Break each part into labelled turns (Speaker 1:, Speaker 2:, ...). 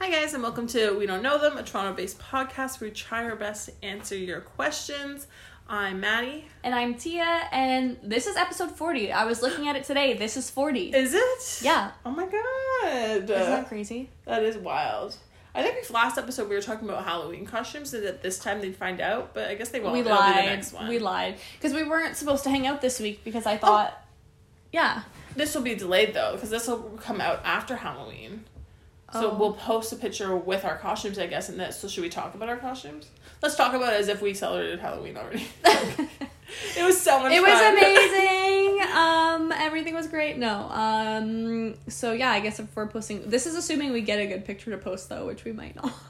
Speaker 1: Hi, guys, and welcome to We Don't Know Them, a Toronto based podcast where we try our best to answer your questions. I'm Maddie.
Speaker 2: And I'm Tia, and this is episode 40. I was looking at it today. This is 40.
Speaker 1: Is it?
Speaker 2: Yeah.
Speaker 1: Oh my god.
Speaker 2: Isn't that crazy?
Speaker 1: that is wild. I think if last episode we were talking about Halloween costumes and at this time they'd find out, but I guess they won't.
Speaker 2: we
Speaker 1: It'll be the
Speaker 2: lied.
Speaker 1: next one. Oh.
Speaker 2: We lied. Because we weren't supposed to hang out this week because I thought. Yeah.
Speaker 1: This will be delayed though, because this will come out after Halloween. So
Speaker 2: Oh.
Speaker 1: we'll post a picture with our costumes, I guess, in this. So should we talk about our costumes? Let's talk about it as if we celebrated Halloween already. it was so much
Speaker 2: it was
Speaker 1: fun.
Speaker 2: amazing. um, everything was great. No. Um, so yeah, I guess if we're posting. This is assuming we get a good picture to post, though, which we might not.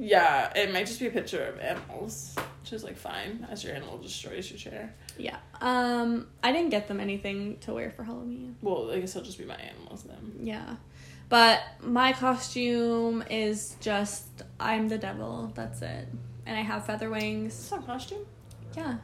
Speaker 1: Yeah, it might just be a picture of animals. Which is like fine, as your animal destroys your chair.
Speaker 2: yeah. Um, I didn't get them anything to wear for Halloween.
Speaker 1: Well, I guess it'll just be my animals then.
Speaker 2: Yeah. But my costume is just I'm the devil. That's it. And I have feather
Speaker 1: It's
Speaker 2: wings.
Speaker 1: not a costume.
Speaker 2: Yeah.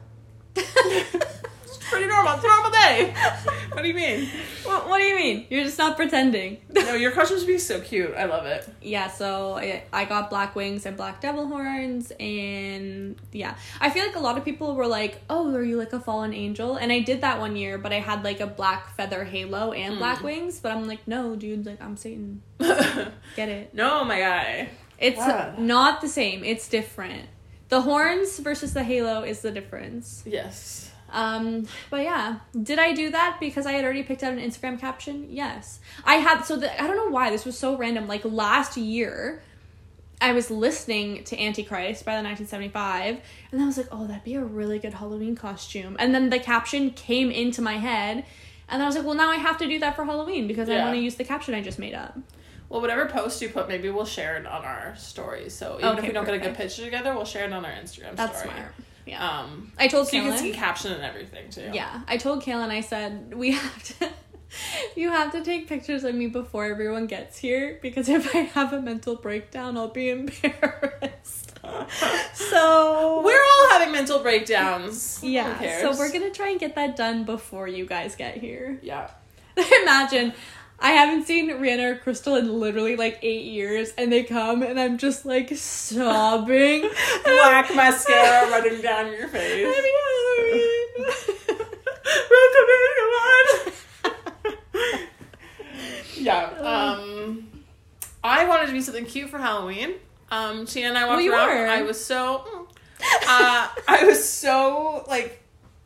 Speaker 1: It's pretty normal. It's a normal day. What do you mean?
Speaker 2: what, what do you mean? You're just not pretending.
Speaker 1: No, your costumes would be so cute. I love it.
Speaker 2: yeah, so I, I got black wings and black devil horns and yeah. I feel like a lot of people were like, "Oh, are you like a fallen angel?" And I did that one year, but I had like a black feather halo and black wings, but I'm like, "No, dude, like I'm Satan. Get it."
Speaker 1: no, my guy.
Speaker 2: It's
Speaker 1: Yeah.
Speaker 2: not the same. It's different. The horns versus the halo is the difference.
Speaker 1: Yes.
Speaker 2: Um, but yeah, did I do that because I had already picked out an Instagram caption? Yes, I had. So the, I don't know why this was so random. Like last year, I was listening to Antichrist by the 1975, and I was like, oh, that'd be a really good Halloween costume. And then the caption came into my head, and I was like, well, now I have to do that for Halloween because I
Speaker 1: Yeah.
Speaker 2: want to use the caption I just made up.
Speaker 1: Well, whatever post you put, maybe we'll share it on our story. So even if
Speaker 2: Okay,
Speaker 1: we don't get a good
Speaker 2: perfect.
Speaker 1: picture together, we'll share it on our Instagram
Speaker 2: That's
Speaker 1: story.
Speaker 2: smart. Yeah,
Speaker 1: Um,
Speaker 2: I told
Speaker 1: so you can
Speaker 2: Kaylin-
Speaker 1: see caption and everything too.
Speaker 2: Yeah, I told Kaylin, I said, we have to, you have to take pictures of me before everyone gets here because if I have a mental breakdown, I'll be embarrassed. so,
Speaker 1: We're all having mental breakdowns. Who
Speaker 2: yeah,
Speaker 1: cares?
Speaker 2: so we're gonna try and get that done before you guys get here.
Speaker 1: Yeah.
Speaker 2: Imagine. I haven't seen Rihanna or Crystal in literally like eight years, and they come, and I'm just like sobbing.
Speaker 1: black mascara running down your face.
Speaker 2: Happy Halloween.
Speaker 1: yeah. Um, I wanted to be something cute for Halloween. Um, Tina and I walked
Speaker 2: Well, you
Speaker 1: around.
Speaker 2: were.
Speaker 1: I was so, uh, I was so like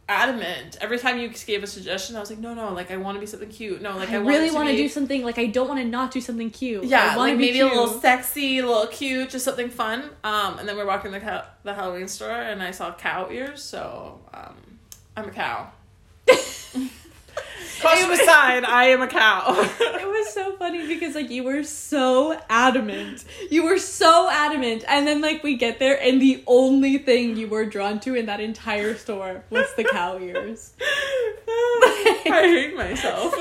Speaker 1: adamant. Every time you gave a suggestion, I was like, no, no, like I want to be something cute. No, like I,
Speaker 2: I, really
Speaker 1: want
Speaker 2: want to
Speaker 1: it
Speaker 2: do
Speaker 1: be-
Speaker 2: something like I don't want to not do something cute.
Speaker 1: Yeah,
Speaker 2: I wanna
Speaker 1: like
Speaker 2: be
Speaker 1: maybe a
Speaker 2: cute.
Speaker 1: little sexy, a little cute, just something fun. Um, and then we're walking the cow- the Halloween store, and I saw cow ears, so um, I'm a cow. Costume aside, I am a cow.
Speaker 2: It was so funny because like you were so adamant. You were so adamant, and then like we get there, and the only thing you were drawn to in that entire store was the cow ears.
Speaker 1: I hate myself.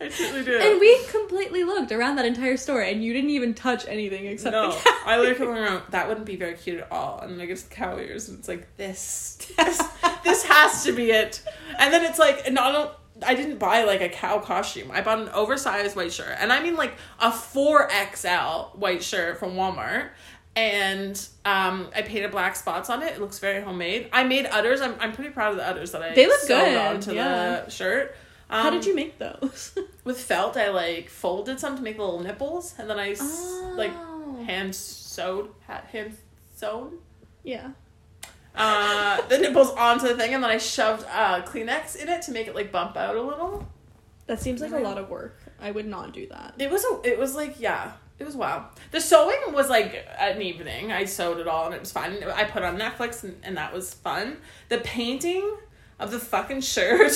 Speaker 1: I truly do.
Speaker 2: And we completely looked around that entire store, and you didn't even touch anything except
Speaker 1: no,
Speaker 2: the cow.
Speaker 1: I literally went around. That wouldn't be very cute at all. And then I get to the cow ears, and it's like this, this, this has to be it. And then it's like not. o- I didn't buy like a cow costume. I bought an oversized white shirt, and I mean like a four XL white shirt from Walmart. And um, I painted black spots on it. It looks very homemade. I made udders. I'm, I'm pretty proud of the udders that I
Speaker 2: They look
Speaker 1: sewed
Speaker 2: good,
Speaker 1: onto
Speaker 2: yeah.
Speaker 1: the shirt. Um,
Speaker 2: How did you make those?
Speaker 1: with felt i like folded some to make little nipples and then i s like
Speaker 2: Oh.
Speaker 1: hand sewed ha- hand sewn
Speaker 2: yeah.
Speaker 1: uh, the nipples onto the thing and then i shoved uh, kleenex in it to make it like bump out a little
Speaker 2: That seems like a lot of work. I would not do that.
Speaker 1: it was a, it was like yeah it was wow the sewing was like an evening i sewed it all and it was fun i put on netflix and, and that was fun the painting of the fucking shirt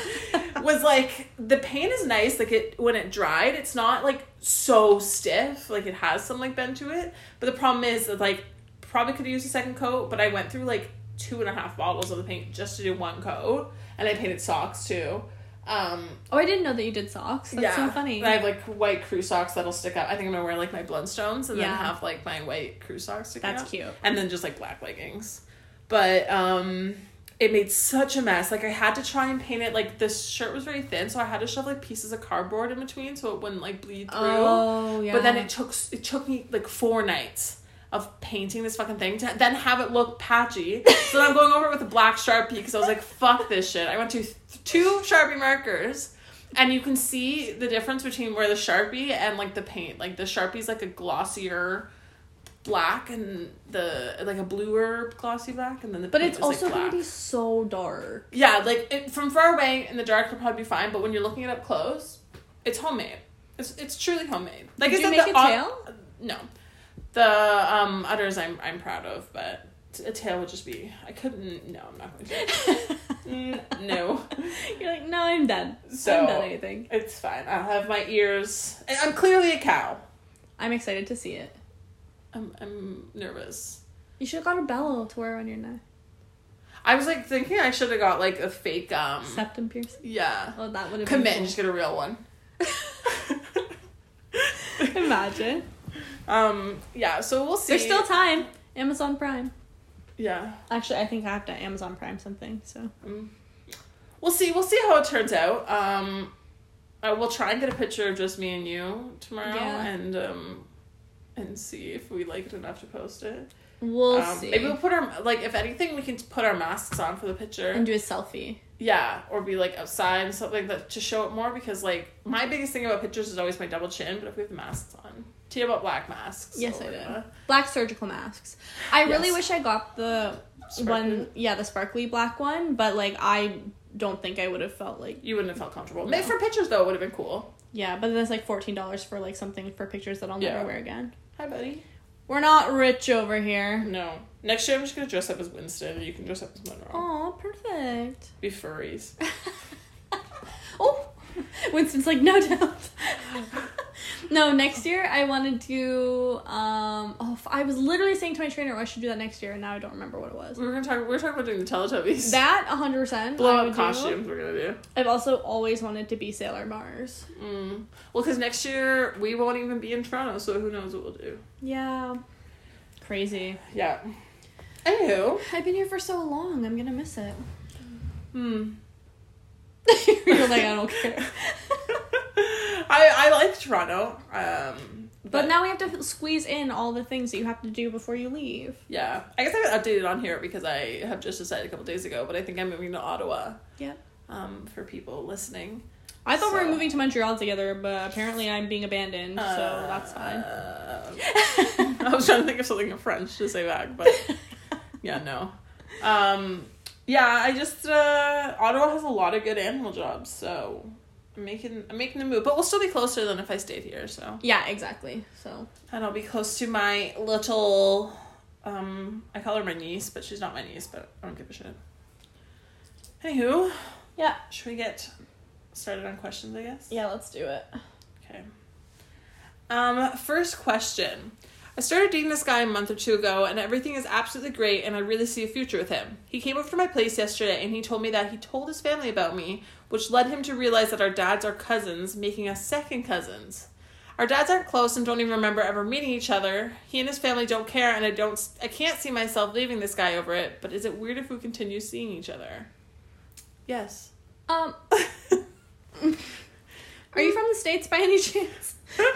Speaker 1: was like the paint is nice like it when it dried it's not like so stiff like it has some like bend to it but the problem is that like probably could have used a second coat but i went through like two and a half bottles of the paint just to do one coat and i painted socks too um
Speaker 2: Oh, I didn't know that you did socks. That's so funny.
Speaker 1: and I have like white crew socks that'll stick out. I think I'm gonna wear like my Blundstones and
Speaker 2: Yeah.
Speaker 1: then have like my white crew socks sticking
Speaker 2: That's
Speaker 1: out.
Speaker 2: cute.
Speaker 1: And then just like black leggings. But um it made such a mess. Like I had to try and paint it. Like this shirt was very thin, so I had to shove like pieces of cardboard in between so it wouldn't like bleed through.
Speaker 2: Oh, yeah.
Speaker 1: But then it took it took me like four nights of painting this fucking thing to then have it look patchy. so then I'm going over it with a black sharpie because I was like, fuck this shit. I went to th- two sharpie markers. And you can see the difference between where the sharpie and like the paint. Like the sharpie's like a glossier black and the like a bluer glossy black, and then the
Speaker 2: But
Speaker 1: paint
Speaker 2: it's
Speaker 1: was, like,
Speaker 2: also
Speaker 1: black.
Speaker 2: gonna be so dark.
Speaker 1: Yeah, like it, from far away in the dark, it'll probably be fine. But when you're looking it up close, it's homemade. It's it's truly homemade. Like I
Speaker 2: Did you
Speaker 1: said,
Speaker 2: make
Speaker 1: the
Speaker 2: a
Speaker 1: o-
Speaker 2: tail?
Speaker 1: No, the um others I'm I'm proud of, but t- a tail would just be I couldn't. No, I'm not going to. Mm, no,
Speaker 2: You're like, no, I'm done.
Speaker 1: So-
Speaker 2: I'm done. I think
Speaker 1: it's fine. I'll have my ears. and I'm clearly a cow.
Speaker 2: I'm excited to see it.
Speaker 1: I'm I'm nervous.
Speaker 2: You should have got a bellow to wear on your neck.
Speaker 1: I was like thinking I should have got like a fake um
Speaker 2: Septum piercing.
Speaker 1: yeah
Speaker 2: Oh, that would have
Speaker 1: commit
Speaker 2: been
Speaker 1: and just get a real one.
Speaker 2: cool. Imagine.
Speaker 1: um yeah, so we'll see.
Speaker 2: There's still time. Amazon Prime.
Speaker 1: yeah.
Speaker 2: Actually, I think I have to Amazon Prime something. So
Speaker 1: Mm. We'll see. We'll see how it turns out. Um, I will try and get a picture of just me and you tomorrow,
Speaker 2: Yeah.
Speaker 1: and um, and see if we like it enough to post it.
Speaker 2: we'll
Speaker 1: um,
Speaker 2: see.
Speaker 1: Maybe we'll put our like if anything we can put our masks on for the picture.
Speaker 2: and do a selfie.
Speaker 1: yeah, or be like outside and something that to show it more because like my biggest thing about pictures is always my double chin, but if we have the masks on, do you have about black masks?
Speaker 2: Yes,
Speaker 1: or
Speaker 2: I
Speaker 1: whatever?
Speaker 2: do. Black surgical masks. I really
Speaker 1: Yes.
Speaker 2: wish I got the
Speaker 1: Sparkly?
Speaker 2: one. Yeah, the sparkly black one. But like, I don't think I would have felt like.
Speaker 1: You wouldn't have felt comfortable. Maybe for pictures though, it would have been cool.
Speaker 2: Yeah, but then it's like fourteen dollars for like something for pictures that I'll
Speaker 1: Yeah.
Speaker 2: never wear again.
Speaker 1: Hi, buddy.
Speaker 2: We're not rich over here.
Speaker 1: No. Next year I'm just gonna dress up as Winston, and you can dress up as Monroe.
Speaker 2: Oh, perfect.
Speaker 1: Be furries.
Speaker 2: oh, Winston's like, no doubt. no, next year I wanted to. Um, oh, f- I was literally saying to my trainer, oh, I should do that next year, and now I don't remember what it was.
Speaker 1: We were gonna talk. We were talking about doing the Teletubbies.
Speaker 2: That 100%. I
Speaker 1: blow
Speaker 2: would
Speaker 1: up
Speaker 2: do.
Speaker 1: costumes we're gonna do.
Speaker 2: I've also always wanted to be Sailor Mars.
Speaker 1: Mm. Well, because next year we won't even be in Toronto, so who knows what we'll do.
Speaker 2: Yeah. Crazy.
Speaker 1: Yeah. Anywho.
Speaker 2: I've been here for so long, I'm gonna miss it.
Speaker 1: Hmm.
Speaker 2: You're like, I don't care.
Speaker 1: I I like Toronto. Um.
Speaker 2: But now we have to squeeze in all the things that you have to do before you leave.
Speaker 1: Yeah, I guess I haven't updated on here because I have just decided a couple days ago. But I think I'm moving to Ottawa.
Speaker 2: Yeah.
Speaker 1: Um, for people listening.
Speaker 2: I thought we
Speaker 1: So-
Speaker 2: were moving to Montreal together, but apparently I'm being abandoned, so that's fine.
Speaker 1: fine. Uh, I was trying to think of something in French to say back, but yeah, no. Um, yeah, I just uh, Ottawa has a lot of good animal jobs, so I'm making I'm making the move, but we'll still be closer than if I stayed here. So
Speaker 2: Yeah, exactly. So
Speaker 1: and I'll be close to my little. Um, I call her my niece, but she's not my niece, but I don't give a shit. Anywho,
Speaker 2: yeah,
Speaker 1: should we get started on questions? I guess.
Speaker 2: yeah, let's do it.
Speaker 1: Okay. Um, first question. I started dating this guy a month or two ago, and everything is absolutely great, and I really see a future with him. He came over to my place yesterday, and he told me that he told his family about me, which led him to realize that our dads are cousins, making us second cousins. Our dads aren't close and don't even remember ever meeting each other. He and his family don't care, and I don't, I can't see myself leaving this guy over it. But is it weird if we continue seeing each other? Yes.
Speaker 2: Um, are you from the states by any chance?
Speaker 1: Where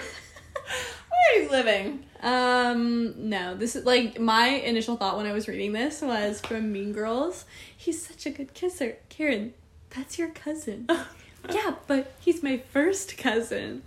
Speaker 1: are you living?
Speaker 2: Um, no. This is like my initial thought when I was reading this was from Mean Girls. He's such a good kisser, Karen. That's your cousin. yeah, but he's my first cousin.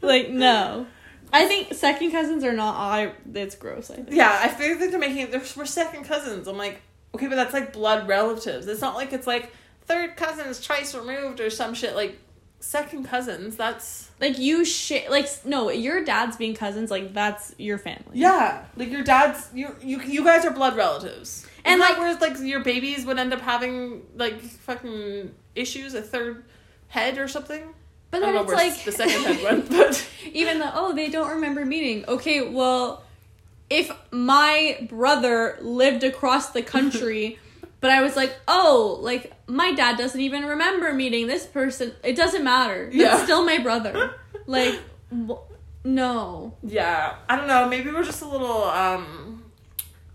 Speaker 2: Like no, I think second cousins are not. I. It's gross. I think.
Speaker 1: Yeah, I feel like they're making it. They're, we're second cousins. I'm like, okay, but that's like blood relatives. It's not like it's like third cousins twice removed or some shit. Like second cousins. That's
Speaker 2: Like you shit. Like s- no, your dad's being cousins. Like that's your family.
Speaker 1: yeah. Like your dad's. You you you guys are blood relatives.
Speaker 2: And,
Speaker 1: And like
Speaker 2: like-
Speaker 1: whereas like your babies would end up having like fucking issues a third head or something.
Speaker 2: But
Speaker 1: I
Speaker 2: then
Speaker 1: don't know
Speaker 2: it's
Speaker 1: where
Speaker 2: like
Speaker 1: the second head went, but
Speaker 2: even though oh they don't remember meeting. Okay, well, if my brother lived across the country, but I was like, oh, like my dad doesn't even remember meeting this person. It doesn't matter. It's
Speaker 1: Yeah.
Speaker 2: still my brother. Like, wh- no.
Speaker 1: yeah, I don't know. Maybe we're just a little. um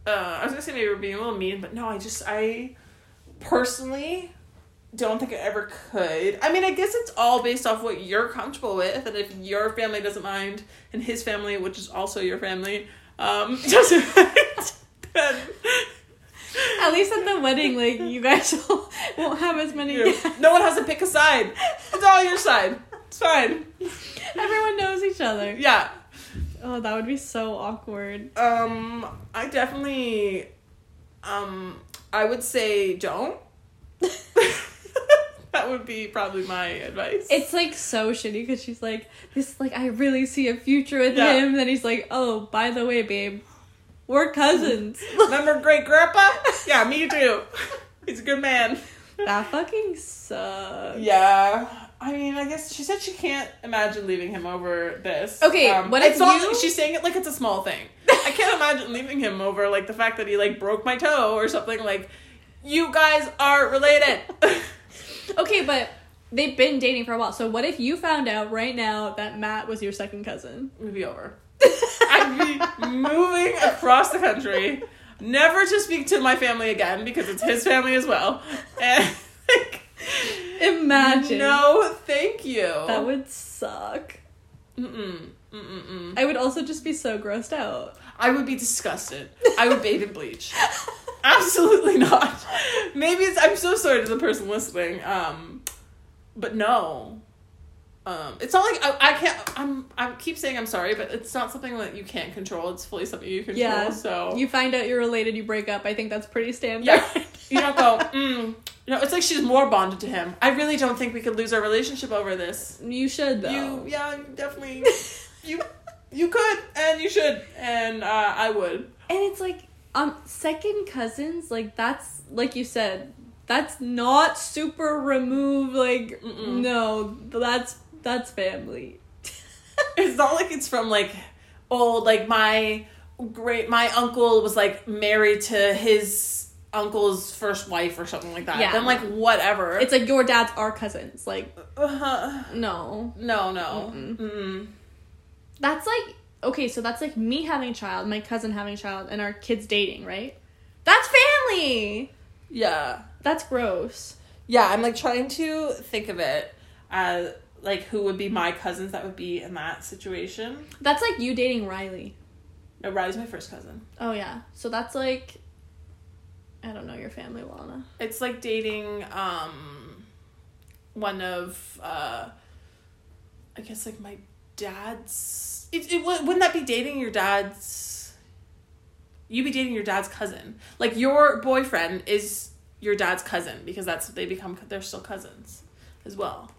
Speaker 1: uh I was gonna say maybe we're being a little mean, but no, I just I personally don't think I ever could. I mean, I guess it's all based off what you're comfortable with, and if your family doesn't mind, and his family, which is also your family, um, doesn't mind, then
Speaker 2: At least at the wedding, like you guys will, won't have as many.
Speaker 1: you- no one has to pick a side. It's all your side. It's fine.
Speaker 2: Everyone knows each other.
Speaker 1: Yeah.
Speaker 2: Oh, that would be so awkward.
Speaker 1: Um, I definitely, um, I would say don't. that would be probably my advice.
Speaker 2: It's like so shitty because she's like, this like I really see a future with
Speaker 1: Yeah.
Speaker 2: him. Then he's like, oh, by the way, babe, we're cousins.
Speaker 1: Remember great grandpa? Yeah, me too. He's a good man.
Speaker 2: that fucking sucks.
Speaker 1: Yeah. I mean, I guess she said she can't imagine leaving him over this. Um,
Speaker 2: Okay, what if
Speaker 1: it's not-
Speaker 2: you-
Speaker 1: she's saying it like it's a small thing. I can't imagine leaving him over like the fact that he like broke my toe or something like you guys are related.
Speaker 2: Okay, but they've been dating for a while. So what if you found out right now that Matt was your second cousin?
Speaker 1: We'd be over. I'd be moving across the country, never to speak to my family again because it's his family as well. And like,
Speaker 2: Imagine.
Speaker 1: no, thank you.
Speaker 2: That would suck.
Speaker 1: Mm-mm. Mm-mm-mm.
Speaker 2: I would also just be so grossed out.
Speaker 1: I would be disgusted. I would bathe in bleach. Absolutely not. Maybe it's. I'm so sorry to the person listening. Um, but no. Um, it's not like I, I can't. I'm. I keep saying I'm sorry, but it's not something that you can't control. It's fully something you control.
Speaker 2: Yeah.
Speaker 1: So
Speaker 2: You find out you're related, you break up. I think that's pretty standard.
Speaker 1: yeah, you don't go. Mm. You know, it's like she's more bonded to him. I really don't think we could lose our relationship over this.
Speaker 2: You should though.
Speaker 1: You, yeah, you definitely. you, you could and you should and uh, I would.
Speaker 2: And it's like, um, second cousins, like that's like you said, that's not super removed. Like,
Speaker 1: Mm-mm.
Speaker 2: no, that's that's family.
Speaker 1: It's not like it's from like old like my great my uncle was like married to his uncle's first wife or something like that.
Speaker 2: Yeah.
Speaker 1: Then like whatever.
Speaker 2: it's like your dad's our cousins. Like,
Speaker 1: uh,
Speaker 2: no,
Speaker 1: no, no.
Speaker 2: Mm-mm.
Speaker 1: Mm-mm.
Speaker 2: that's like okay. So that's like me having a child, my cousin having a child, and our kids dating, right? That's family.
Speaker 1: Yeah.
Speaker 2: That's gross.
Speaker 1: Yeah, I'm like trying to think of it as like who would be my cousins that would be in that situation.
Speaker 2: That's like you dating Riley.
Speaker 1: No, Riley's my first cousin.
Speaker 2: Oh yeah. So that's like, I don't know your family well enough.
Speaker 1: It's like dating um one of uh I guess like my dad's it, it wou- wouldn't that be dating your dad's you'd be dating your dad's cousin. Like your boyfriend is your dad's cousin because that's they become they're still cousins as well.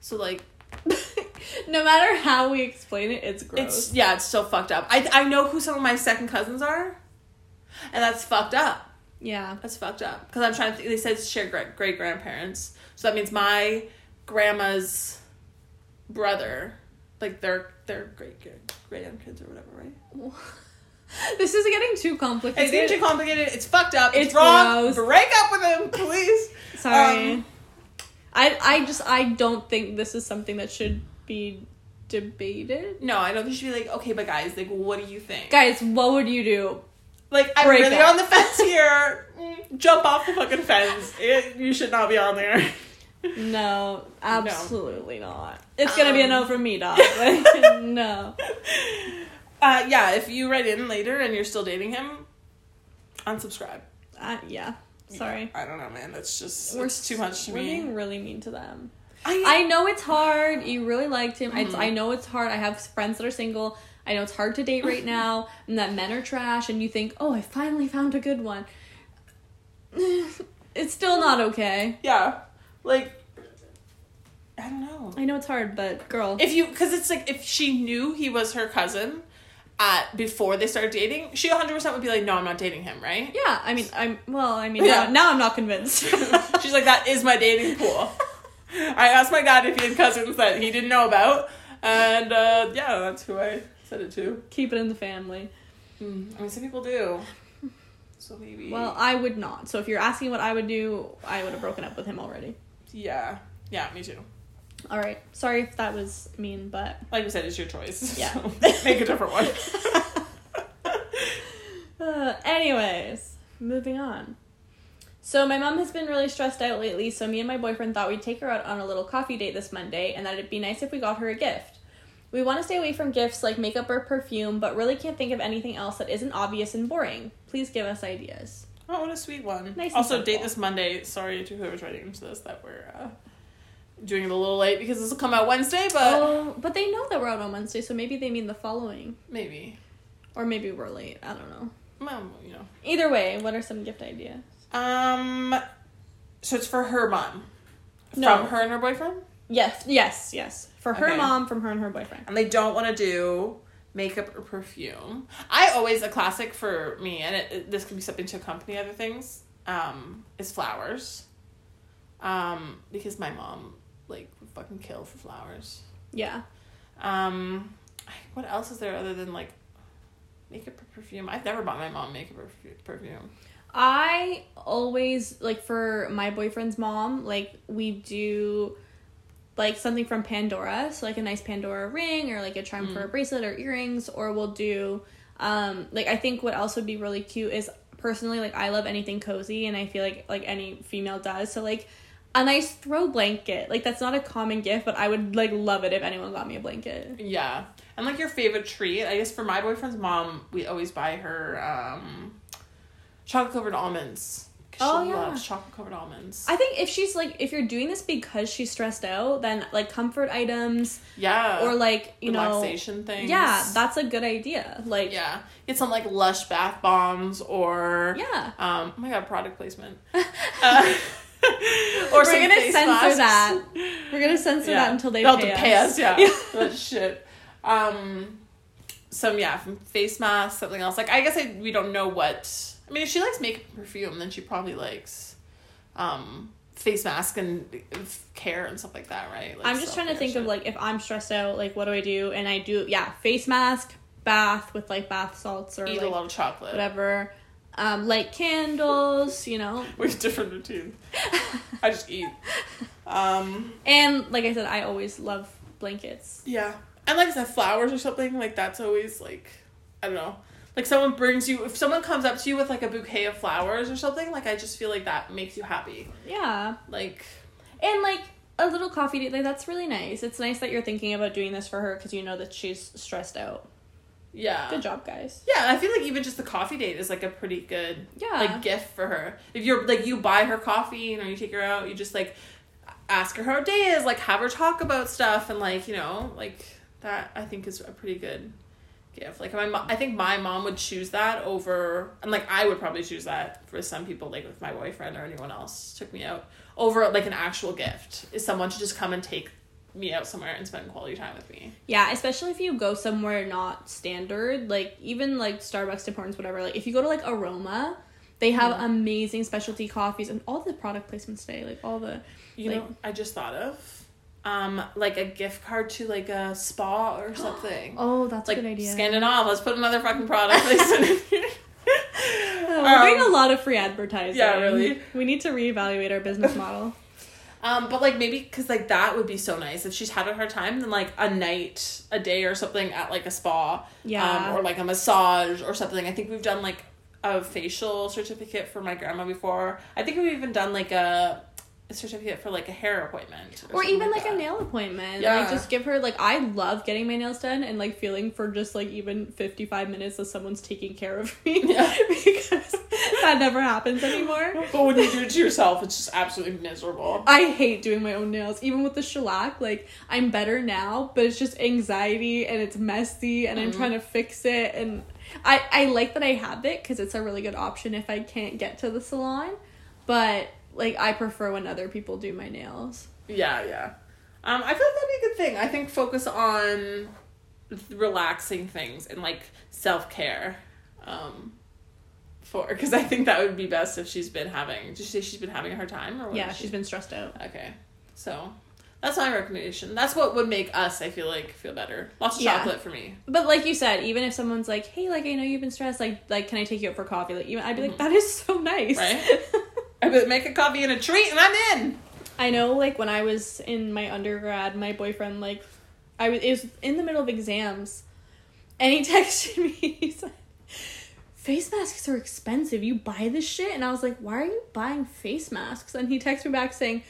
Speaker 1: So like
Speaker 2: no matter how we explain it, it's gross.
Speaker 1: It's yeah, it's still fucked up. I I know who some of my second cousins are, and that's fucked up.
Speaker 2: yeah.
Speaker 1: That's fucked up because I'm trying to. think They said share great great grandparents, so that means my grandma's brother, like their their great great great grandkids or whatever, right?
Speaker 2: This is getting too complicated.
Speaker 1: It's getting too complicated. It's fucked up. It's,
Speaker 2: It's
Speaker 1: wrong.
Speaker 2: gross.
Speaker 1: Break up with him, please.
Speaker 2: Sorry.
Speaker 1: um,
Speaker 2: I I just I don't think this is something that should be debated.
Speaker 1: No, I don't think she'd be like, okay, but guys, like, what do you think?
Speaker 2: Guys, what would you do?
Speaker 1: Like I'm
Speaker 2: Break
Speaker 1: really
Speaker 2: up.
Speaker 1: on the fence here. Mm, Jump off the fucking fence. It, you should not be on there.
Speaker 2: No, absolutely not. It's gonna be a no
Speaker 1: Um.
Speaker 2: from me, dog. Like, no.
Speaker 1: Uh, yeah, if you write in later and you're still dating him, unsubscribe.
Speaker 2: I, yeah. Sorry.
Speaker 1: I don't know, man. That's just
Speaker 2: We're
Speaker 1: it's too much to
Speaker 2: We're
Speaker 1: me.
Speaker 2: being really mean to them.
Speaker 1: I,
Speaker 2: I know it's hard. You really liked him. It's, I know it's hard. I have friends that are single. I know it's hard to date right now, and that men are trash. And you think, oh, I finally found a good one. it's still not okay.
Speaker 1: yeah, like I don't know.
Speaker 2: I know it's hard, but girl,
Speaker 1: If you, because it's like if she knew he was her cousin, at before they started dating, she 100 percent would be like, no, I'm not dating him, right?
Speaker 2: yeah. I mean, I'm well. I mean,
Speaker 1: Yeah.
Speaker 2: now, now I'm not convinced.
Speaker 1: She's like, that is my dating pool. I asked my dad if he had cousins that he didn't know about, and uh, yeah, that's who I said it to.
Speaker 2: Keep it in the family.
Speaker 1: Hmm, I mean, some people do. So maybe.
Speaker 2: Well, uh, I would not. So if you're asking what I would do, I would have broken up with him already.
Speaker 1: Yeah. Yeah, me too.
Speaker 2: All right. Sorry if that was mean, but
Speaker 1: Like you said, it's your choice.
Speaker 2: Yeah.
Speaker 1: So make a different one.
Speaker 2: Uh, anyways, moving on. So my mom has been really stressed out lately, so me and my boyfriend thought we'd take her out on a little coffee date this Monday and that it'd be nice if we got her a gift. We want to stay away from gifts like makeup or perfume, but really can't think of anything else that isn't obvious and boring. Please give us ideas.
Speaker 1: Oh, what a sweet one.
Speaker 2: Nice and
Speaker 1: also, date
Speaker 2: simple.
Speaker 1: this Monday. Sorry to whoever's writing into this that we're uh, doing it a little late because this will come out Wednesday, but
Speaker 2: oh, but they know that we're out on Wednesday, so maybe they mean the following.
Speaker 1: maybe.
Speaker 2: Or maybe we're late. I don't know.
Speaker 1: Well, you know.
Speaker 2: Either way, what are some gift ideas?
Speaker 1: Um, so it's for her mom.
Speaker 2: No.
Speaker 1: From her and her boyfriend?
Speaker 2: Yes, yes, yes. For her
Speaker 1: Okay.
Speaker 2: mom, from her and her boyfriend.
Speaker 1: and they don't want to do makeup or perfume. I always a classic for me, and it, it- this can be something to accompany other things. Um, is flowers, um, because my mom like would fucking kill for flowers.
Speaker 2: Yeah.
Speaker 1: Um, I- what else is there other than like makeup or perfume? I've never bought my mom makeup or perfu- perfume.
Speaker 2: I always like for my boyfriend's mom, like we do like something from Pandora, so like a nice Pandora ring or like a charm for a bracelet or earrings, or we'll do um like I think what else would be really cute is personally like I love anything cozy and I feel like like any female does. So like a nice throw blanket. Like that's not a common gift, but I would like love it if anyone got me a blanket.
Speaker 1: Yeah, and like your favorite treat. I guess for my boyfriend's mom, we always buy her um, chocolate covered almonds. 'Cause
Speaker 2: Oh,
Speaker 1: she
Speaker 2: yeah.
Speaker 1: loves chocolate covered almonds.
Speaker 2: I think if she's like if you're doing this because she's stressed out, then like comfort items
Speaker 1: Yeah.
Speaker 2: or like you know
Speaker 1: Uh, relaxation things.
Speaker 2: Yeah, that's a good idea. Like, yeah,
Speaker 1: yeah. Get some like lush bath bombs or um oh my god, product placement. Uh,
Speaker 2: We're
Speaker 1: or some
Speaker 2: gonna
Speaker 1: face
Speaker 2: censor
Speaker 1: masks.
Speaker 2: that. we're gonna censor
Speaker 1: Yeah.
Speaker 2: that until they
Speaker 1: They'll
Speaker 2: pay,
Speaker 1: have
Speaker 2: us.
Speaker 1: to yeah. that shit. Um some yeah, from face masks, something else. Like I guess I we don't know what I mean if she likes makeup and perfume, then she probably likes um face mask and uh, care and stuff like that, right? Like
Speaker 2: I'm just trying to
Speaker 1: self-care
Speaker 2: think of
Speaker 1: shit.
Speaker 2: like if I'm stressed out, like what do I do? And I do yeah, face mask, bath with like bath salts or
Speaker 1: eat a
Speaker 2: like,
Speaker 1: lot of chocolate.
Speaker 2: whatever. Um, light candles, you know.
Speaker 1: We have different routines. I just eat. Um,
Speaker 2: And like I said, I always love blankets.
Speaker 1: yeah. And like I said, flowers or something, like that's always like, I don't know. Like someone brings you, if someone comes up to you with like a bouquet of flowers or something, like I just feel like that makes you happy.
Speaker 2: Yeah.
Speaker 1: Like,
Speaker 2: And like a little coffee date, like that's really nice. It's nice that you're thinking about doing this for her because you know that she's stressed out.
Speaker 1: yeah.
Speaker 2: Good job, guys.
Speaker 1: Yeah, I feel like even just the coffee date is like a pretty good
Speaker 2: Yeah.
Speaker 1: like gift for her. If you're like you buy her coffee, you know, you take her out, you just like ask her how her day is, like have her talk about stuff and like, you know, like that I think is a pretty good gift. Like my mom, I think my mom would choose that over and like I would probably choose that for some people like if my boyfriend or anyone else took me out over like an actual gift is someone to just come and take me out somewhere and spend quality time with me.
Speaker 2: Yeah, especially if you go somewhere not standard, like even like Starbucks, Tim Hortons, whatever. Like if you go to like Aroma, they have amazing specialty coffees and all the product placements today, like all the
Speaker 1: You
Speaker 2: Like-
Speaker 1: know, I just thought of um like a gift card to like a spa or something.
Speaker 2: oh, that's
Speaker 1: like
Speaker 2: a good idea.
Speaker 1: Scandinav, let's put another fucking product placement in here.
Speaker 2: Oh, we're doing
Speaker 1: um,
Speaker 2: a lot of free advertising.
Speaker 1: yeah, really.
Speaker 2: We need to reevaluate our business model.
Speaker 1: Um, but like maybe because like that would be so nice if she's had a hard time, then like a night, a day or something at like a spa,
Speaker 2: Yeah.
Speaker 1: um, or like a massage or something. I think we've done like a facial certificate for my grandma before. I think we've even done like a, a certificate for like a hair appointment,
Speaker 2: or
Speaker 1: something
Speaker 2: even like a
Speaker 1: that.
Speaker 2: nail appointment. Like
Speaker 1: Yeah.
Speaker 2: just give her like I love getting my nails done and like feeling for just like even 55 minutes that someone's taking care of me
Speaker 1: Yeah.
Speaker 2: because that never happens anymore.
Speaker 1: But when you do it to yourself, it's just absolutely miserable.
Speaker 2: I hate doing my own nails, even with the shellac. Like, I'm better now, but it's just anxiety and it's messy and I'm trying to fix it. And I, I like that I have it because it's a really good option if I can't get to the salon. But, like, I prefer when other people do my nails.
Speaker 1: Yeah, yeah. Um, I feel like that'd be a good thing. I think focus on relaxing things and like self care. Um, for because I think that would be best if she's been having. Did you say she's been having her time or what
Speaker 2: yeah,
Speaker 1: is
Speaker 2: she's been stressed out.
Speaker 1: okay. So that's my recommendation. That's what would make us. I feel like feel better. Lots of
Speaker 2: Yeah.
Speaker 1: chocolate for me.
Speaker 2: But like you said, even if someone's like, "Hey, like I know you've been stressed, like like can I take you out for coffee?" Like even I'd be like, "That is so nice."
Speaker 1: Right? I would make a coffee and a treat, and I'm in.
Speaker 2: I know, like when I was in my undergrad, my boyfriend like, I was it was in the middle of exams, and he texted me. He said, face masks are expensive. You buy this shit? And I was like, why are you buying face masks? And he texted me back saying,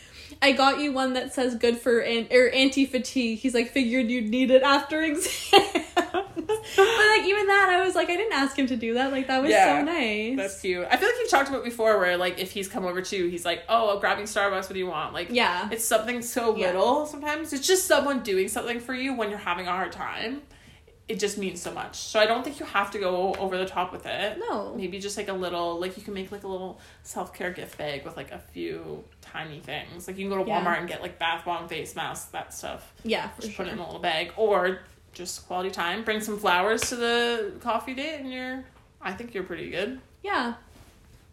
Speaker 2: I got you one that says good for an- or anti fatigue. He's like, figured you'd need it after exam. but like even that, I was like, I didn't ask him to do that. Like that was
Speaker 1: Yeah,
Speaker 2: so nice.
Speaker 1: That's cute. I feel like you've talked about it before where like if he's come over to you, he's like, Oh, I'm grabbing Starbucks, what do you want? Like
Speaker 2: Yeah.
Speaker 1: it's something so
Speaker 2: Yeah.
Speaker 1: little sometimes. It's just someone doing something for you when you're having a hard time. It just means so much. So I don't think you have to go over the top with it.
Speaker 2: No.
Speaker 1: Maybe just like a little like you can make like a little self care gift bag with like a few tiny things. Like you can go to
Speaker 2: Yeah.
Speaker 1: Walmart and get like bath bomb face masks, that stuff.
Speaker 2: Yeah, for
Speaker 1: Just
Speaker 2: sure.
Speaker 1: put it in a little bag. Or just quality time. Bring some flowers to the coffee date and you're I think you're pretty good.
Speaker 2: Yeah.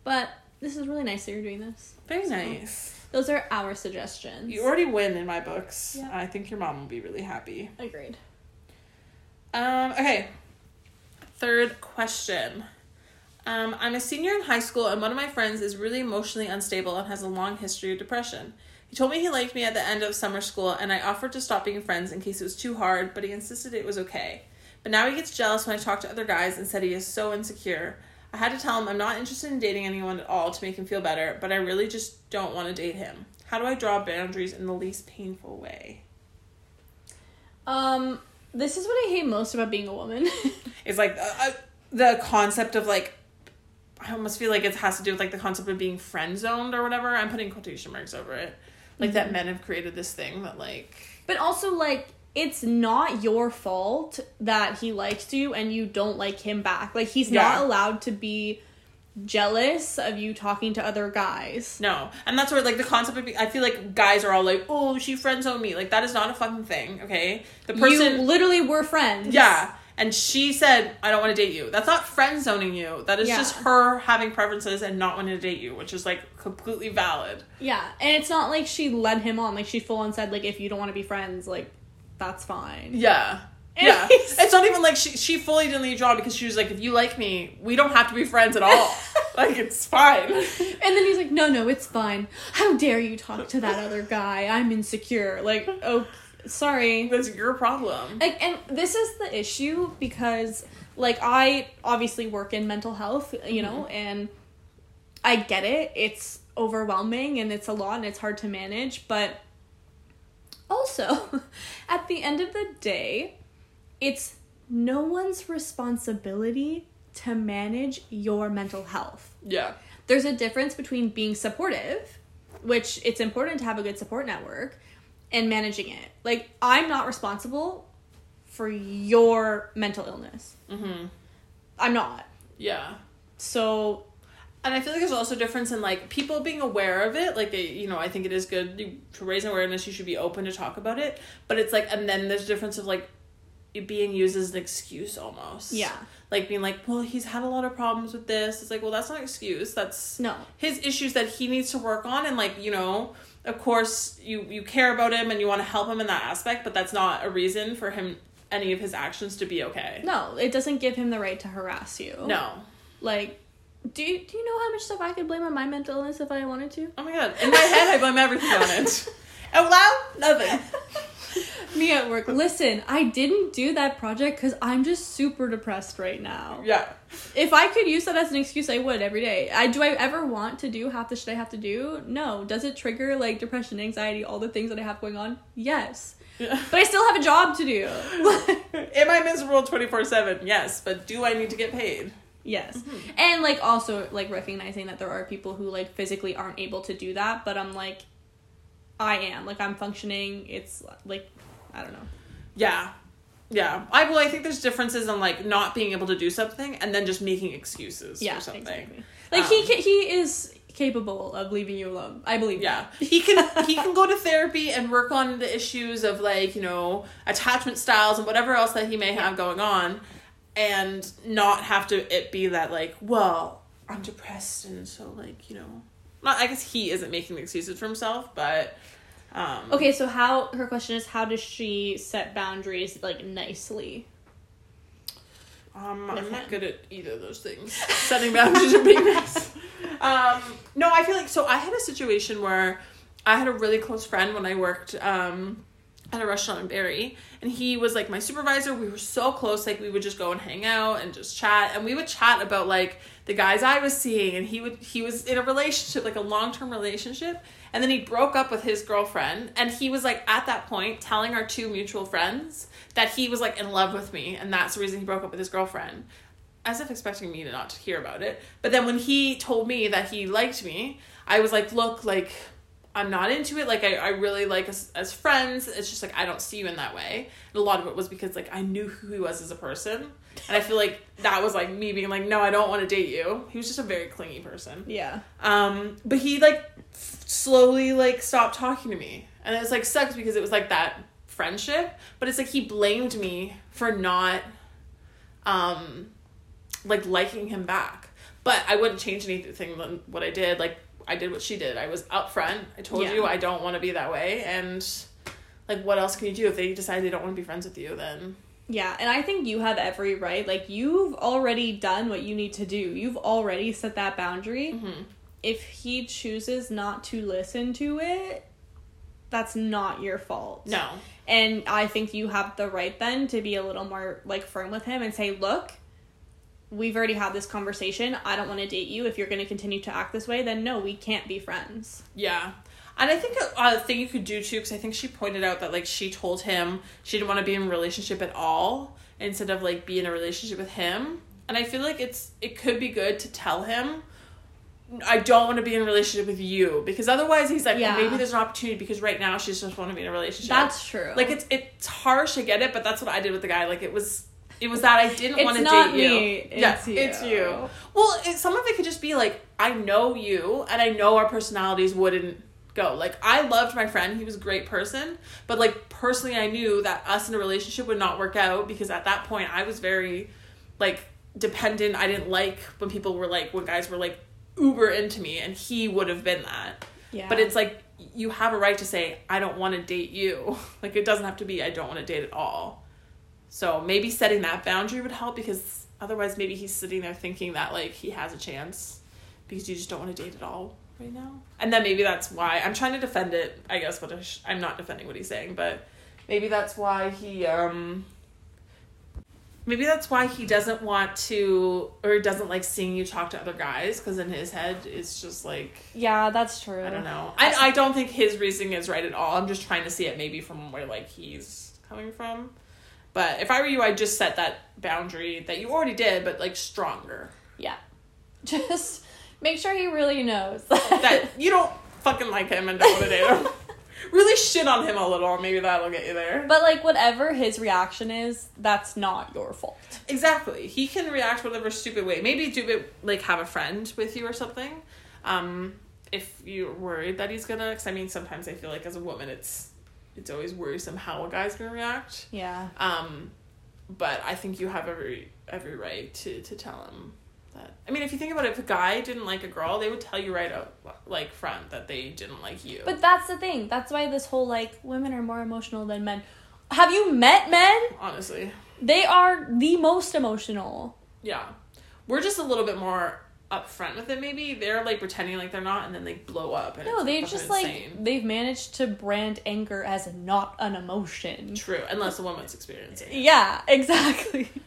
Speaker 2: But this is really nice that you're doing this.
Speaker 1: Very
Speaker 2: So-
Speaker 1: nice.
Speaker 2: Those are our suggestions.
Speaker 1: You already win in my books.
Speaker 2: Yeah.
Speaker 1: I think your mom will be really happy.
Speaker 2: Agreed.
Speaker 1: Um, okay. Third question. Um, I'm a senior in high school, and one of my friends is really emotionally unstable and has a long history of depression. He told me he liked me at the end of summer school, and I offered to stop being friends in case it was too hard, but he insisted it was okay. But now he gets jealous when I talk to other guys and said he is so insecure. I had to tell him I'm not interested in dating anyone at all to make him feel better, but I really just don't want to date him. How do I draw boundaries in the least painful way?
Speaker 2: Um, this is what I hate most about being a woman.
Speaker 1: It's like uh, uh, the concept of like I almost feel like it has to do with like the concept of being friend zoned or whatever. I'm putting quotation marks over it, like
Speaker 2: Mm-hmm.
Speaker 1: that men have created this thing that like
Speaker 2: but also, like, it's not your fault that he likes you and you don't like him back. Like, he's
Speaker 1: Yeah.
Speaker 2: not allowed to be jealous of you talking to other guys.
Speaker 1: no, and that's where like the concept of be- I feel like guys are all like oh she friend zoned me like that is not a fucking thing. Okay, the person
Speaker 2: you literally were friends.
Speaker 1: yeah. And she said, I don't want to date you. That's not friend zoning you. That is
Speaker 2: Yeah.
Speaker 1: just her having preferences and not wanting to date you, which is like completely valid.
Speaker 2: Yeah. And it's not like she led him on. Like, she full on said, like, if you don't want to be friends, like, that's fine.
Speaker 1: Yeah.
Speaker 2: And
Speaker 1: Yeah.
Speaker 2: he's-
Speaker 1: it's not even like she she fully didn't leave John because she was like, if you like me, we don't have to be friends at all. like it's fine.
Speaker 2: And then he's like, "No, no, it's fine. How dare you talk to that other guy? I'm insecure." Like, oh, sorry.
Speaker 1: That's your problem.
Speaker 2: Like, and this is the issue because, like, I obviously work in mental health, you know, and I get it. It's overwhelming and it's a lot and it's hard to manage, but also, at the end of the day, it's no one's responsibility to manage your mental health
Speaker 1: Yeah.
Speaker 2: there's a difference between being supportive, which it's important to have a good support network, and managing it. Like, I'm not responsible for your mental illness.
Speaker 1: Mhm.
Speaker 2: I'm not.
Speaker 1: Yeah.
Speaker 2: So,
Speaker 1: And I feel like there's also a difference in like people being aware of it. Like, eh, you know, I think it is good you- to raise awareness. You should be open to talk about it. But it's like, and then there's a difference of like it being used as an excuse almost.
Speaker 2: yeah.
Speaker 1: Like being like, well, he's had a lot of problems with this. It's like, well, that's not an excuse. That's
Speaker 2: No.
Speaker 1: his issues that he needs to work on and like you know of course you you care about him and you want to help him in that aspect but that's not a reason for him any of his actions to be okay
Speaker 2: No, it doesn't give him the right to harass you.
Speaker 1: no
Speaker 2: Like, do you, do you know how much stuff I could blame on my mental illness if I wanted to?
Speaker 1: oh my god in my head i blame everything on it
Speaker 2: Oh,
Speaker 1: out loud nothing
Speaker 2: Me at work. Listen, I didn't do that project because I'm just super depressed right now.
Speaker 1: yeah
Speaker 2: If I could use that as an excuse, I would every day. I do I ever want to do half the shit I have to do? No. Does it trigger like depression, anxiety, all the things that I have going on? Yes. But I still have a job to do.
Speaker 1: am i miserable 24-7 yes but do i need to get paid
Speaker 2: yes.
Speaker 1: Mm-hmm.
Speaker 2: And like also like recognizing that there are people who like physically aren't able to do that, but I'm like I am. Like I'm functioning. It's like I don't know.
Speaker 1: yeah yeah i well i think there's differences in like not being able to do something and then just making excuses
Speaker 2: Yeah,
Speaker 1: or something
Speaker 2: exactly. Like he
Speaker 1: Um,
Speaker 2: ca- he is capable of leaving you alone. I believe.
Speaker 1: Yeah,
Speaker 2: that.
Speaker 1: he can he can go to therapy and work on the issues of like you know attachment styles and whatever else that he may have going on, and not have to it be that like well I'm depressed and so like you know not I guess he isn't making the excuses for himself but um
Speaker 2: Okay, so how her question is how does she set boundaries like nicely?
Speaker 1: um I'm
Speaker 2: With him.
Speaker 1: not good at either of those things setting boundaries or being nice um no I feel like so I had a situation where I had a really close friend when I worked um at a restaurant in Barrie, and he was like my supervisor. We were so close, like we would just go and hang out and just chat, and we would chat about like the guys I was seeing, and he would he was in a relationship, like a long term relationship, and then he broke up with his girlfriend, and he was like at that point telling our two mutual friends that he was like in love with me, and that's the reason he broke up with his girlfriend. As if expecting me to not to hear about it. But then when he told me that he liked me, I was like, look, like I'm not into it. Like I, I really like us as friends. It's just like I don't see you in that way. And a lot of it was because like I knew who he was as a person, and I feel like that was like me being like, no, I don't want to date you. He was just a very clingy person.
Speaker 2: Yeah.
Speaker 1: Um, but he like f- slowly like stopped talking to me, and it's like sucks because it was like that friendship, but it's like he blamed me for not, um, like liking him back. But I wouldn't change anything than what I did. Like I did what she did. I was upfront. I told
Speaker 2: Yeah.
Speaker 1: you I don't want to be that way. And like, what else can you do if they decide they don't want to be friends with you? Then
Speaker 2: Yeah, and I think you have every right. Like you've already done what you need to do. You've already set that boundary.
Speaker 1: Mm-hmm.
Speaker 2: If he chooses not to listen to it, that's not your fault.
Speaker 1: no,
Speaker 2: And I think you have the right then to be a little more like firm with him and say, "Look, we've already had this conversation. I don't want to date you. If you're going to continue to act this way, then no, we can't be friends."
Speaker 1: yeah. And I think a, a thing you could do too, because I think she pointed out that like she told him she didn't want to be in a relationship at all, instead of like be in a relationship with him. And I feel like it's it could be good to tell him. I don't want to be in a relationship with you because otherwise he's like,
Speaker 2: Yeah.
Speaker 1: well, maybe there's an opportunity because right now she's just want to be in a relationship.
Speaker 2: That's true.
Speaker 1: Like it's it's harsh, I get it, but that's what I did with the guy. Like it was it was that I didn't
Speaker 2: It's
Speaker 1: want to
Speaker 2: not
Speaker 1: date you.
Speaker 2: me,
Speaker 1: Yeah,
Speaker 2: it's you.
Speaker 1: It's you. Well, it, some of it could just be like I know you, and I know our personalities wouldn't go. Like I loved my friend; he was a great person, but like personally, I knew that us in a relationship would not work out because at that point I was very like dependent. I didn't like when people were like when guys were like uber into me, and he would have been that.
Speaker 2: yeah.
Speaker 1: But it's like you have a right to say I don't want to date you. Like it doesn't have to be I don't want to date at all. So maybe setting that boundary would help because otherwise maybe he's sitting there thinking that like he has a chance because you just don't want to date at all right now. And then maybe that's why I'm trying to defend it. I guess but I sh- I'm not defending what he's saying, but maybe that's why he um maybe that's why he doesn't want to or doesn't like seeing you talk to other guys because in his head it's just like
Speaker 2: Yeah, that's true.
Speaker 1: I don't know. I, I don't think his reasoning is right at all. I'm just trying to see it maybe from where like he's coming from. But if I were you, I'd just set that boundary that you already did, but like stronger.
Speaker 2: Yeah. Just make sure he really knows.
Speaker 1: That you don't fucking like him and don't want to date him. really shit on him a little, and maybe that'll get you there.
Speaker 2: But like whatever his reaction is, that's not your fault.
Speaker 1: Exactly. He can react whatever stupid way. Maybe do it like have a friend with you or something. Um, if you're worried that he's gonna, because I mean, sometimes I feel like as a woman, it's it's always worrisome how a guy's gonna react.
Speaker 2: Yeah.
Speaker 1: Um, but I think you have every every right to to tell him that. I mean, if you think about it, if a guy didn't like a girl, they would tell you right out like front that they didn't like you.
Speaker 2: But that's the thing. That's why this whole like women are more emotional than men. Have you met men?
Speaker 1: honestly,
Speaker 2: They are the most emotional.
Speaker 1: yeah, we're just a little bit more upfront with it. Maybe they're like pretending like they're not, and then they blow up. And
Speaker 2: No,
Speaker 1: it's,
Speaker 2: they
Speaker 1: fucking
Speaker 2: just like
Speaker 1: insane.
Speaker 2: they've managed to brand anger as not an emotion.
Speaker 1: true, unless a woman's experiencing. it.
Speaker 2: Yeah, exactly. so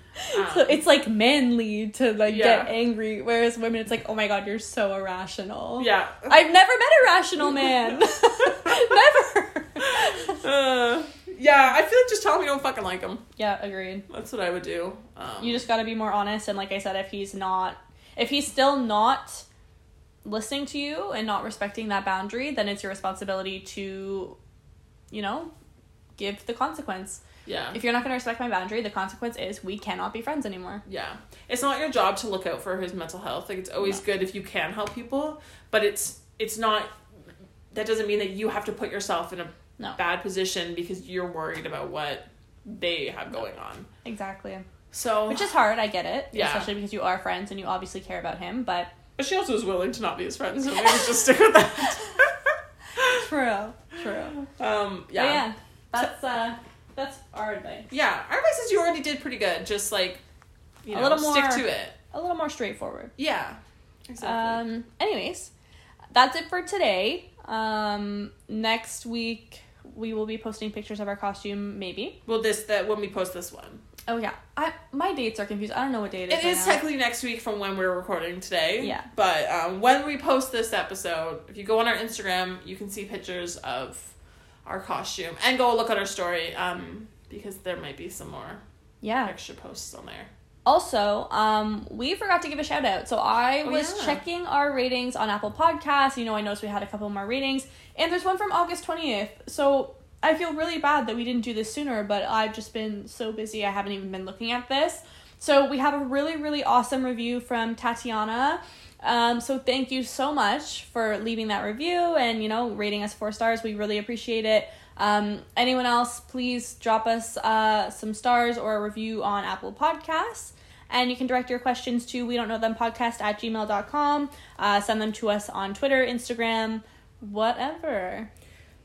Speaker 1: Um,
Speaker 2: it's like manly to like
Speaker 1: yeah.
Speaker 2: get angry, whereas women it's like, oh my god, you're so irrational.
Speaker 1: Yeah.
Speaker 2: I've never met a rational man. never.
Speaker 1: Uh, yeah, I feel like just tell him you don't fucking like him.
Speaker 2: Yeah, agreed.
Speaker 1: That's what I would do. Um,
Speaker 2: You just got to be more honest. And like I said, if he's not, if he's still not listening to you and not respecting that boundary, then it's your responsibility to, you know, give the consequence.
Speaker 1: yeah.
Speaker 2: If you're not going to respect my boundary, the consequence is we cannot be friends anymore.
Speaker 1: Yeah. It's not your job to look out for his mental health. Like it's always good if you can help people, but it's it's not that doesn't mean that you have to put yourself in a
Speaker 2: No.
Speaker 1: bad position because you're worried about what they have going on.
Speaker 2: Exactly.
Speaker 1: So
Speaker 2: Which is hard. I get it.
Speaker 1: Yeah.
Speaker 2: Especially because you are friends and you obviously care about him, but.
Speaker 1: but she also was willing to not be his friend, so maybe just stick with that.
Speaker 2: True. True.
Speaker 1: Um
Speaker 2: Yeah.
Speaker 1: yeah. yeah.
Speaker 2: That's, uh, that's our advice.
Speaker 1: our advice is you already did pretty good. Just like you
Speaker 2: A
Speaker 1: know,
Speaker 2: little more-
Speaker 1: stick to it.
Speaker 2: A little more straightforward.
Speaker 1: Yeah.
Speaker 2: Uh,
Speaker 1: Exactly.
Speaker 2: Um, anyways, that's it for today. Um, next week we will be posting pictures of our costume, maybe.
Speaker 1: Well, this that when we post this one,
Speaker 2: Oh yeah, I my dates are confused. I don't know what date it
Speaker 1: it is
Speaker 2: is. right now.
Speaker 1: technically next week from when we're recording today.
Speaker 2: Yeah.
Speaker 1: But um, when we post this episode, if you go on our Instagram, you can see pictures of our costume and go look at our story um, because there might be some more
Speaker 2: yeah.
Speaker 1: extra posts on there.
Speaker 2: Also, um, we forgot to give a shout out. So I
Speaker 1: Oh,
Speaker 2: was
Speaker 1: yeah.
Speaker 2: checking our ratings on Apple Podcasts. You know, I noticed we had a couple more ratings, and there's one from August 20th. So I feel really bad that we didn't do this sooner, but I've just been so busy, I haven't even been looking at this. So we have a really, really awesome review from Tatiana. Um, so thank you so much for leaving that review and you know rating us four stars. We really appreciate it. Um, anyone else, please drop us uh, some stars or a review on Apple Podcasts. And you can direct your questions to we don't know them podcast at gmail.com. Uh, send them to us on Twitter, Instagram, whatever.